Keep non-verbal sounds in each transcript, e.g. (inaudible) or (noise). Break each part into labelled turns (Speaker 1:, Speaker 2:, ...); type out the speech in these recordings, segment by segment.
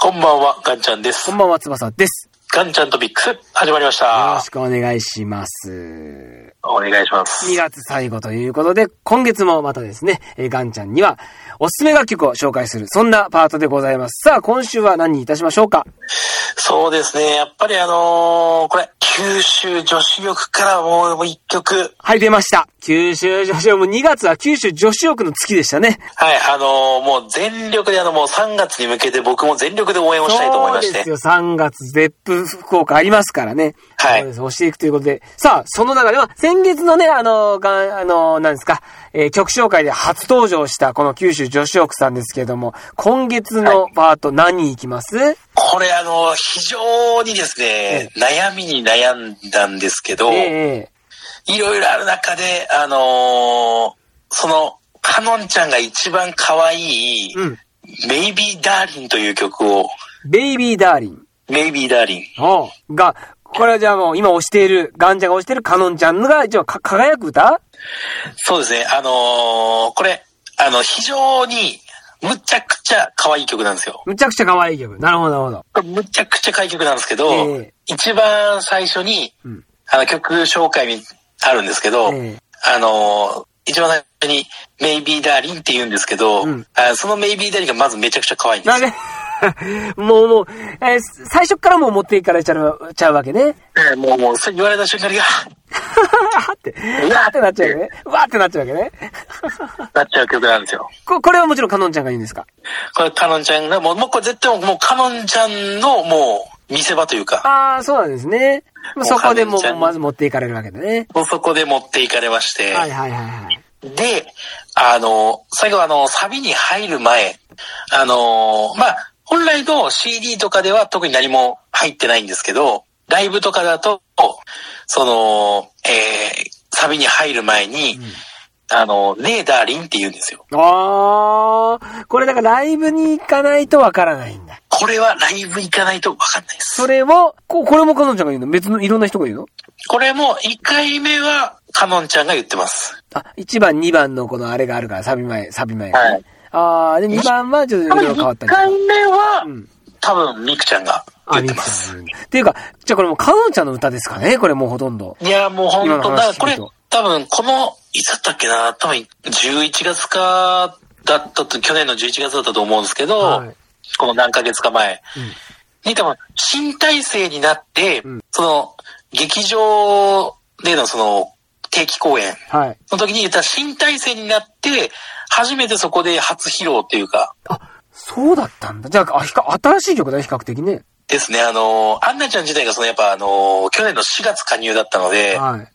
Speaker 1: こんばんは、ガンちゃんです
Speaker 2: こ。んばんは、翼です。
Speaker 1: ガンちゃんとビックス、始まりまし
Speaker 2: よろ
Speaker 1: た
Speaker 2: し。くお願いします。
Speaker 1: お願いします
Speaker 2: 2。月最後ということで、今月もまたですね、えーガンちゃんにはおすすめ楽曲を紹介する、そんなパートでございます。さあ、今週は何にいたしましょうか
Speaker 1: そうですね、やっぱりあのーこれ、九州女子力からもう一曲、
Speaker 2: はい、出ました。九州女子力、もう2月は九州女子力の月でしたね。
Speaker 1: はい、あのーもう全力で、あの、もう3月に向けて僕も全力で応援をしたいと思いまし
Speaker 2: そうです
Speaker 1: て。
Speaker 2: よ、3月、ゼップ福岡ありますからね。
Speaker 1: はい
Speaker 2: そうです押していくということで。さあ、その中では、先月のね、あの、が、あの、なんですか、えー曲紹介で初登場した、この九州女子力さんですけれども、今月のパート何いきます、
Speaker 1: これあのー非常にですね、悩みに悩んだんですけど、
Speaker 2: ええ
Speaker 1: いろいろある中で、あのーその、かのんちゃんが一番可愛い、
Speaker 2: ええうん。
Speaker 1: メイビーダーリンという曲を、
Speaker 2: ベイビーダーリン。
Speaker 1: メイビーダーリン。
Speaker 2: おが、これはじゃあもう今押している、ガンちゃんが押しているカノンちゃんのが一応か輝く歌
Speaker 1: そうですね、あのーこれ、あの、非常に、むちゃくちゃ可愛い曲なんですよ。
Speaker 2: むちゃくちゃ可愛い曲。なるほど、なるほど。
Speaker 1: これむちゃくちゃ可愛い曲なんですけど、
Speaker 2: ええ
Speaker 1: 一番最初に、
Speaker 2: うん。
Speaker 1: あの、曲紹介にあるんですけど、
Speaker 2: ええ
Speaker 1: あのー一番最初に、メイビーダーリンって言うんですけど、
Speaker 2: うん
Speaker 1: あそのメイビーダーリンがまずめちゃくちゃ可愛いんで
Speaker 2: なん
Speaker 1: すよ。
Speaker 2: で、もうもう、えー最初からもう持っていかれちゃうちゃうわ
Speaker 1: (laughs)
Speaker 2: けね。
Speaker 1: ええもう、もう、それ言われた瞬間に、あっ
Speaker 2: はって、うわーってなっちゃうよね。うわーってなっちゃうわけね。
Speaker 1: なっちゃう曲なんですよ。
Speaker 2: ここれはもちろんカノンちゃんが言うんですか
Speaker 1: これ、かのんちゃんが、もう、もうこれ絶対もう、かのんちゃんの、もう、見せ場というか、
Speaker 2: ああ、そうなんですね。まあそこでも
Speaker 1: もうカノンちゃん
Speaker 2: う、
Speaker 1: に
Speaker 2: まず持っていかれるわけだね。
Speaker 1: そこで持っていかれまして、
Speaker 2: はいはいはいはい。
Speaker 1: で、あの、最後あの、サビに入る前、あの、まあ、本来の CD とかでは特に何も入ってないんですけど、ライブとかだと、その、えー、サビに入る前に、あの、ねえダーリンって言うんですよ。
Speaker 2: ああ、これだからライブに行かないとわからないんだ。
Speaker 1: これはライブ行かないとわかんないです。
Speaker 2: それを、ここれもカノンちゃんが言うの別のいろんな人が言うの
Speaker 1: これも1回目は、かのんちゃんが言ってます。
Speaker 2: あ、1番、2番のこのあれがあるから、サビ前、サビ前がね。
Speaker 1: はい
Speaker 2: ああ、で、2番はちょっと
Speaker 1: 多
Speaker 2: 色
Speaker 1: 分
Speaker 2: 々変わった
Speaker 1: 1
Speaker 2: りとか
Speaker 1: 回。目は、
Speaker 2: うん
Speaker 1: 多分、みくちゃんが言っ
Speaker 2: あ、ミ
Speaker 1: て
Speaker 2: ク
Speaker 1: ま
Speaker 2: さ
Speaker 1: す。
Speaker 2: ん。っていうか、じゃあこれもう、かのんちゃんの歌ですかねこれもうほとんど。
Speaker 1: いや、もう本
Speaker 2: 今
Speaker 1: 当
Speaker 2: の
Speaker 1: だ、
Speaker 2: 話
Speaker 1: こ
Speaker 2: 聞く
Speaker 1: れ
Speaker 2: と、
Speaker 1: 多分、この、いつだったっけな、多分、11月か、だったと、去年の11月だったと思うんですけど、
Speaker 2: はい
Speaker 1: この何ヶ月か前
Speaker 2: うん
Speaker 1: に、多分、新体制になって、
Speaker 2: うん
Speaker 1: その、劇場でのその、定期公演
Speaker 2: はい。
Speaker 1: の時に言った新体制になって、初めてそこで初披露っていうか、
Speaker 2: そうだったんだ。じゃあ、あひか新しい曲だね、比較的ね。
Speaker 1: ですね、あの、アンナちゃん自体がそのやっぱあの、去年の4月加入だったので、
Speaker 2: はい。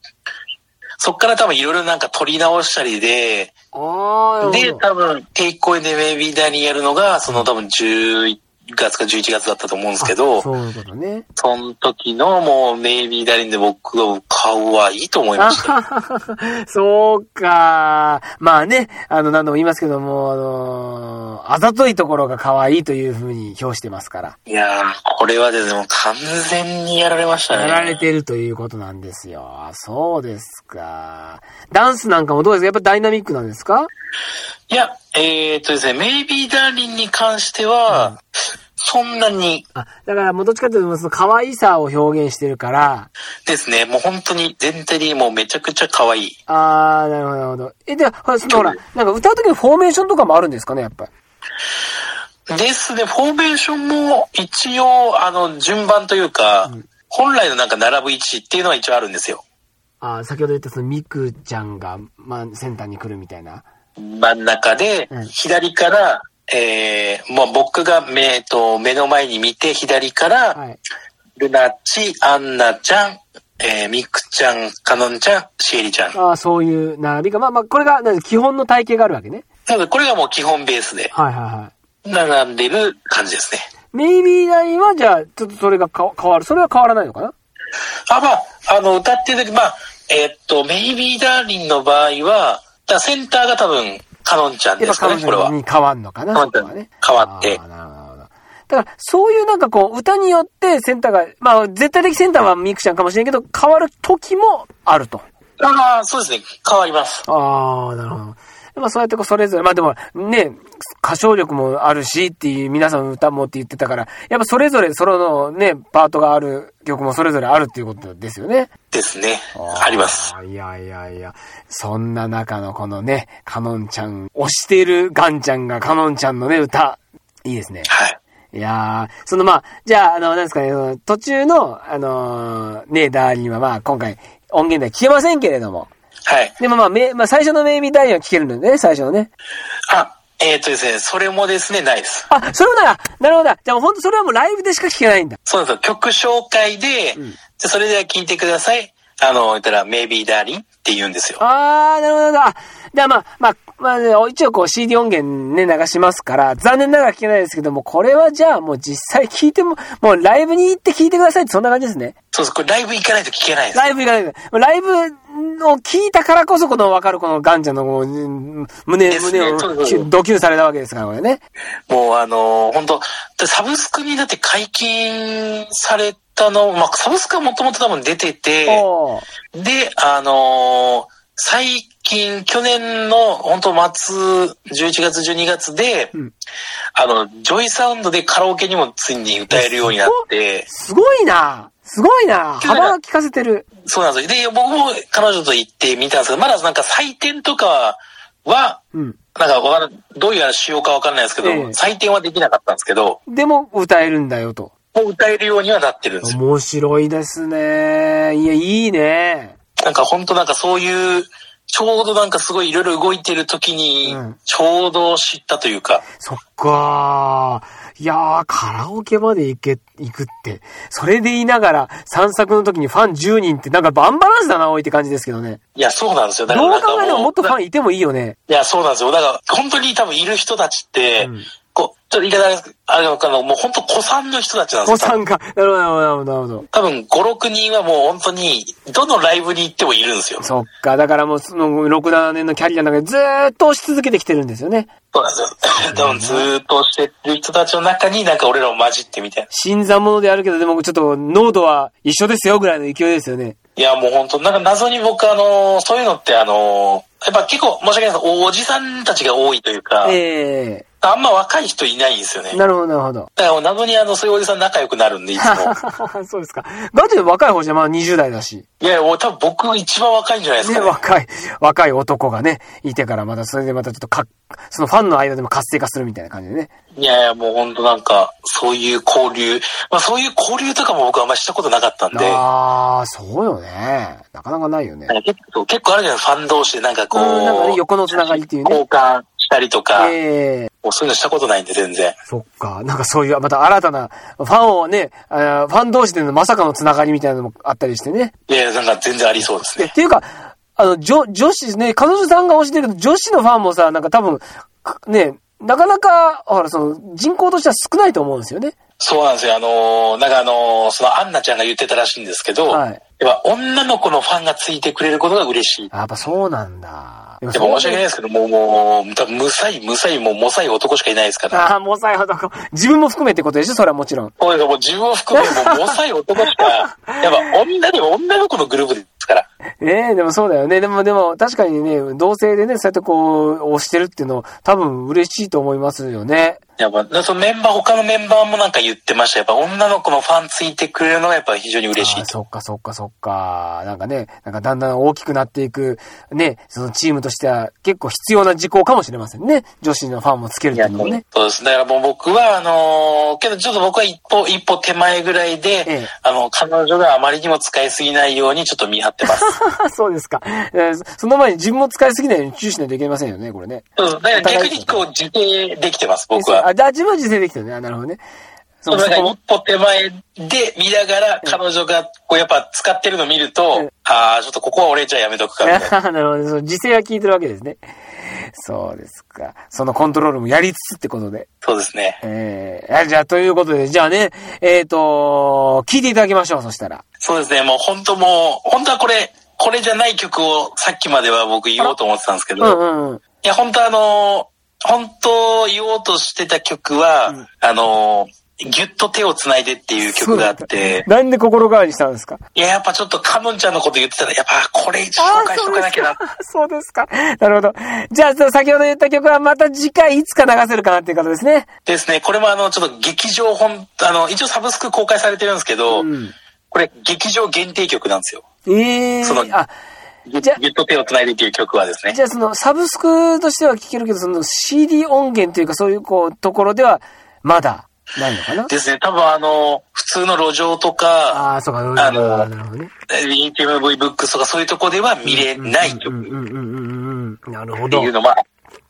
Speaker 1: そっから多分いろいろなんか撮り直したりで、
Speaker 2: ああ、なる
Speaker 1: で、
Speaker 2: ほど。
Speaker 1: 多分、定期公演でメイビーダーにやるのが、その多分11月か11月だったと思うんですけど、
Speaker 2: あ
Speaker 1: そ
Speaker 2: そういうことね。
Speaker 1: の時のもうメイビーダーリンで僕の顔はいいと思い
Speaker 2: あ
Speaker 1: ました。
Speaker 2: はははそうか。まあね、あの、何度も言いますけども、あのーあざといところが可愛いというふうに表してますから。
Speaker 1: いやー、これはですね、もう完全にやられましたね。
Speaker 2: やられてるということなんですよ。あそうですか。ダンスなんかもどうですかやっぱダイナミックなんですか
Speaker 1: いや、えー、っとですね、メイビーダーリンに関しては、そんなに
Speaker 2: あ、だからもうどっちかというと、その可愛さを表現してるから、
Speaker 1: ですね、もう本当に全体的にもうめちゃくちゃ可愛い。
Speaker 2: あー、なるほど、なるほど。え、では、ほら、そのほら、なんか歌う時のフォーメーションとかもあるんですかね、やっぱり。
Speaker 1: ですね、フォーメーションも一応、あの、順番というか、本来のなんか並ぶ位置っていうのは一応あるんですよ。
Speaker 2: あー先ほど言ったそのミクちゃんが、まあ、センターに来るみたいな。
Speaker 1: 真ん中で
Speaker 2: うん、
Speaker 1: 左から、えー、まあ僕が目、えっと、目の前に見て、左から、
Speaker 2: はい。
Speaker 1: ルナッチ、アンナちゃん、えー、ミクちゃん、カノンちゃん、シエリちゃん。
Speaker 2: あーそういう並びが、まあまあ、これが、なんか基本の体型があるわけね。
Speaker 1: なので、これがもう基本ベースで、
Speaker 2: はいはいはい。
Speaker 1: 並んでる感じですね。
Speaker 2: メイビーラインは、じゃあ、ちょっとそれがか変わる。それは変わらないのかな
Speaker 1: あ、まあ、あの、歌ってる時、まあ、えーっと、メイビーダーリンの場合は、だからセンターが多分、カノンちゃん
Speaker 2: や
Speaker 1: で
Speaker 2: っ
Speaker 1: す
Speaker 2: ぱ
Speaker 1: か
Speaker 2: 彼
Speaker 1: ね、これは
Speaker 2: 女。に変わんのかな、
Speaker 1: 変わ
Speaker 2: そ
Speaker 1: った
Speaker 2: こはね。
Speaker 1: 変わって
Speaker 2: あーなるほどなるほどだから、そういうなんかこう、歌によってセンターが、まあ、絶対的センターはミクちゃんかもしれんけど、変わる時もあると。
Speaker 1: ああ、そうですね、変わります。
Speaker 2: ああ、なるほど。まあそうやってこうそれぞれ、まあでもね、歌唱力もあるしっていう皆さんの歌もって言ってたから、やっぱそれぞれソロのね、パートがある曲もそれぞれあるっていうことですよね。
Speaker 1: ですね。あります。
Speaker 2: あー。いやいやいや。そんな中のこのね、カノンちゃん、推してるガンちゃんがカノンちゃんのね、歌。いいですね。
Speaker 1: はい。
Speaker 2: いやー、そのまあ、じゃあ、あの、なんですかね、その途中の、あのーねえ、ダーリンはまあ、今回、音源では聞けませんけれども。
Speaker 1: はい。
Speaker 2: でもまあ、め、まあ、最初のメイビーダーリンは聞けるんだよね、最初のね。
Speaker 1: あ、えっ、とですね、それもですね、ないです。
Speaker 2: あ、それもなら、なるほど。じゃあ、ほんとそれはもうライブでしか聞けないんだ。
Speaker 1: そうなんですよ。曲紹介で、
Speaker 2: ん
Speaker 1: でそれでは聞いてください。あの、言ったら、メイビーダーリンって言うんですよ。
Speaker 2: あー、なるほどなるほど。あじゃあまあ、まあ、まあね、一応こう CD 音源ね、流しますから、残念ながら聞けないですけども、これはじゃあもう実際聞いても、もうライブに行って聞いてくださいって、そんな感じですね。
Speaker 1: そうです。これライブ行かないと聞けないです。
Speaker 2: ライブ行かないと。ライブを聞いたからこそ、この分かるこのガンちゃんのこううん胸、
Speaker 1: ですね
Speaker 2: 胸
Speaker 1: そうそう
Speaker 2: をドキュンされたわけですから、これね。
Speaker 1: もうあのー、本当サブスクにだって解禁されたの、まあ、サブスクはもともと多分出てて、
Speaker 2: おー
Speaker 1: で、あのー最近、去年の本当末、11月、12月で、
Speaker 2: うん
Speaker 1: あの、ジョイサウンドでカラオケにもついに歌えるようになって、
Speaker 2: すごいなすごいな
Speaker 1: 聞かない
Speaker 2: 幅が利かせてる。
Speaker 1: そうなんですよ。で、僕も彼女と行ってみたんですけど、まだなんか採点とかは、
Speaker 2: うん。
Speaker 1: なんかわからんどういうあれしようかわからないですけど、
Speaker 2: ええ
Speaker 1: 採点はできなかったんですけど、
Speaker 2: でも、歌えるんだよと。
Speaker 1: もう歌えるようにはなってるんですよ。
Speaker 2: 面白いですね。いや、いいね。
Speaker 1: なんか本当なんかそういう、ちょうどなんかすごいいろいろ動いてる時に
Speaker 2: うん、
Speaker 1: ちょうど知ったというか、
Speaker 2: そっかー。いやー、カラオケまで行け、行くって。それでいながら、散策の時にファン10人ってなんかバンバランスだな、おいって感じですけどね。
Speaker 1: いや、そうなんですよ。だから
Speaker 2: ど
Speaker 1: な
Speaker 2: う
Speaker 1: か
Speaker 2: ん考えてももっとファ
Speaker 1: い
Speaker 2: ンいてもいいよね。
Speaker 1: や、そうなんですよ。だから、本当に多分いる人たちって、
Speaker 2: うん
Speaker 1: こう、ちょっと言い方あれですけどあれなのかな、もう本当子さんの人たちなんです
Speaker 2: お
Speaker 1: よ。
Speaker 2: さんが。なるほど、なるほど、なるほど。
Speaker 1: 多分5、6人はもう本当に、どのライブに行ってもいるんですよ。
Speaker 2: そっか。だからもう、その、6、7年のキャリアの中でずーっと押し続けてきてるんですよね。
Speaker 1: そうなんですよ。多分ずーっとしてる人たちの中になんか俺らも混じってみたいな。
Speaker 2: 新参者であるけど、でもちょっと、濃度は一緒ですよ、ぐらいの勢いですよね。
Speaker 1: いや、もう本当なんか謎に僕あの、そういうのってあの、やっぱ結構申し訳ないですけどおじさんたちが多いというか、
Speaker 2: ええ
Speaker 1: あんま若い人いないんですよね。だ
Speaker 2: なるほど、なるほど。
Speaker 1: からもう謎にあの、そういうおじさん仲良くなるんで、いつ
Speaker 2: (laughs)
Speaker 1: も。
Speaker 2: そうですか。ガチで若い方じゃまあ20代だし。
Speaker 1: いや、もう多分僕が一番若いんじゃないです
Speaker 2: ね、
Speaker 1: か、ね。
Speaker 2: 若い、若い男がね、いてからまたそれでまたちょっとか、そのファンの間でも活性化するみたいな感じでね。
Speaker 1: いやいや、もう本当なんか、そういう交流、まあそういう交流とかも僕はあんましたことなかったんで、なん
Speaker 2: ああ、そうよね。なかなかないよね。
Speaker 1: か結構結構あるじゃないですか、ファン同士でなんかこう、
Speaker 2: うんなんかね横のつながりっていうね
Speaker 1: 交換したりとか、
Speaker 2: ええ
Speaker 1: もうそういうのしたことないんで、全然。
Speaker 2: そっか。なんかそういう、また新たな、ファンをね、あーファン同士でのまさかのつながりみたいなのもあったりしてね。
Speaker 1: いやいや、なんか全然ありそうです
Speaker 2: で
Speaker 1: ね。
Speaker 2: っていうか、あの、女、女子ね、彼女さんが推してるけど、女子のファンもさ、なんか多分、かね、なかなか、ほら、その、人口としては少ないと思うんですよね。
Speaker 1: そうなんですよ。あのーなんかあのーそのアンナちゃんが言ってたらしいんですけど、
Speaker 2: はい
Speaker 1: やっぱ女の子のファンがついてくれることが嬉しい。
Speaker 2: やっぱそうなんだ。でも
Speaker 1: で
Speaker 2: そう
Speaker 1: も申し訳ないですけど、もう、もう、多分、むさい、むさい、もう、もさい男しかいないですから。
Speaker 2: ああ、もう最後どこ。自分も含めってことでしょそれはもちろん。
Speaker 1: そうですよもう自分を含め、もう、もさい男しか、やっぱ女でも女の子のグループですから。
Speaker 2: ねえ、でもそうだよね。でも、でも、確かにね、同性でね、そうやってこう、押してるっていうの、多分嬉しいと思いますよね。
Speaker 1: やっぱ、だそのメンバー、他のメンバーもなんか言ってました。やっぱ女の子のファンついてくれるのがやっぱ非常に嬉し
Speaker 2: あ
Speaker 1: い
Speaker 2: ー
Speaker 1: と。
Speaker 2: そっかそっかそっか。なんかね、なんかだんだん大きくなっていく、ね、そのチームとしては結構必要な事項かもしれませんね。女子のファンもつけるっ
Speaker 1: い
Speaker 2: てい
Speaker 1: や、
Speaker 2: うの
Speaker 1: も
Speaker 2: も
Speaker 1: う
Speaker 2: ね。
Speaker 1: そうです。だからもう僕は、あのーけどちょっと僕は一歩、一歩手前ぐらいで、
Speaker 2: ええ
Speaker 1: あの、彼女があまりにも使いすぎないようにちょっと見張
Speaker 2: (laughs)
Speaker 1: ってます。
Speaker 2: そうですか、えーそその前に自分も使いすぎないように注意しないといけませんよね、これね。
Speaker 1: そうです。だから逆にこう、自制できてます、僕は。
Speaker 2: あ、じゃあ自分は実践できてるね。あなるほどね。そ
Speaker 1: そう、だから
Speaker 2: こも
Speaker 1: 一歩手前で見ながら、彼女が、こう、やっぱ使ってるの見ると、ああ、ちょっとここは俺じゃやめとくかみたい
Speaker 2: (laughs)
Speaker 1: な。
Speaker 2: なるほど。その時勢は聞いてるわけですね。そうですか。そのコントロールもやりつつってことで。
Speaker 1: そうですね。
Speaker 2: えー、あじゃあ、ということで、じゃあね、えっ、と、聞いていただきましょう、そしたら。
Speaker 1: そうですね。もう本当もう、本当はこれ、これじゃない曲をさっきまでは僕言おうと思ってたんですけ
Speaker 2: う
Speaker 1: ど、
Speaker 2: ん
Speaker 1: い
Speaker 2: うんうん。
Speaker 1: や、本当あのー本当言おうとしてた曲は、あのーぎゅっと手を繋いでっていう曲があって、
Speaker 2: なんで心変わりしたんですか
Speaker 1: いや、やっぱちょっとカノンちゃんのこと言ってたら、やっぱこれ一応紹介しとかなきゃな。
Speaker 2: そうですか。なるほど。じゃあ、その先ほど言った曲はまた次回いつか流せるかなっていうことですね。
Speaker 1: ですね、これもあの、ちょっと劇場本、あの、一応サブスク公開されてるんですけど、
Speaker 2: うん
Speaker 1: これ劇場限定曲なんですよ。
Speaker 2: ええ
Speaker 1: その
Speaker 2: あ、
Speaker 1: ギュ
Speaker 2: じゃ
Speaker 1: ッと手を繋いでっていう曲はですね
Speaker 2: じ。ゃあそのサブスクとしては聴けるけど、その CD 音源というかそういうこう、ところではまだないのかな
Speaker 1: ですね、多分あの、普通の路上とか、
Speaker 2: ああ、そうか、うん
Speaker 1: あの
Speaker 2: なるほどね。
Speaker 1: HMV ブックスとかそういうとこでは見れない曲
Speaker 2: うん
Speaker 1: っ
Speaker 2: うんうんうんうん。なるほ
Speaker 1: て
Speaker 2: ど。
Speaker 1: いうのは、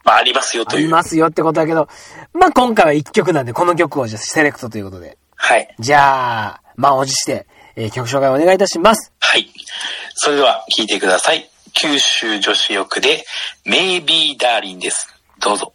Speaker 1: まあありますよ
Speaker 2: あ
Speaker 1: とい
Speaker 2: り
Speaker 1: う。
Speaker 2: ますよってことだけど、まあ今回は1曲なんで、この曲をじゃあセレクトということで。
Speaker 1: はい。
Speaker 2: じゃあ、満を持して、えー曲紹介お願いいたします。
Speaker 1: はい。それでは聴いてください。九州女子欲で、メイビーダーリンです。どうぞ。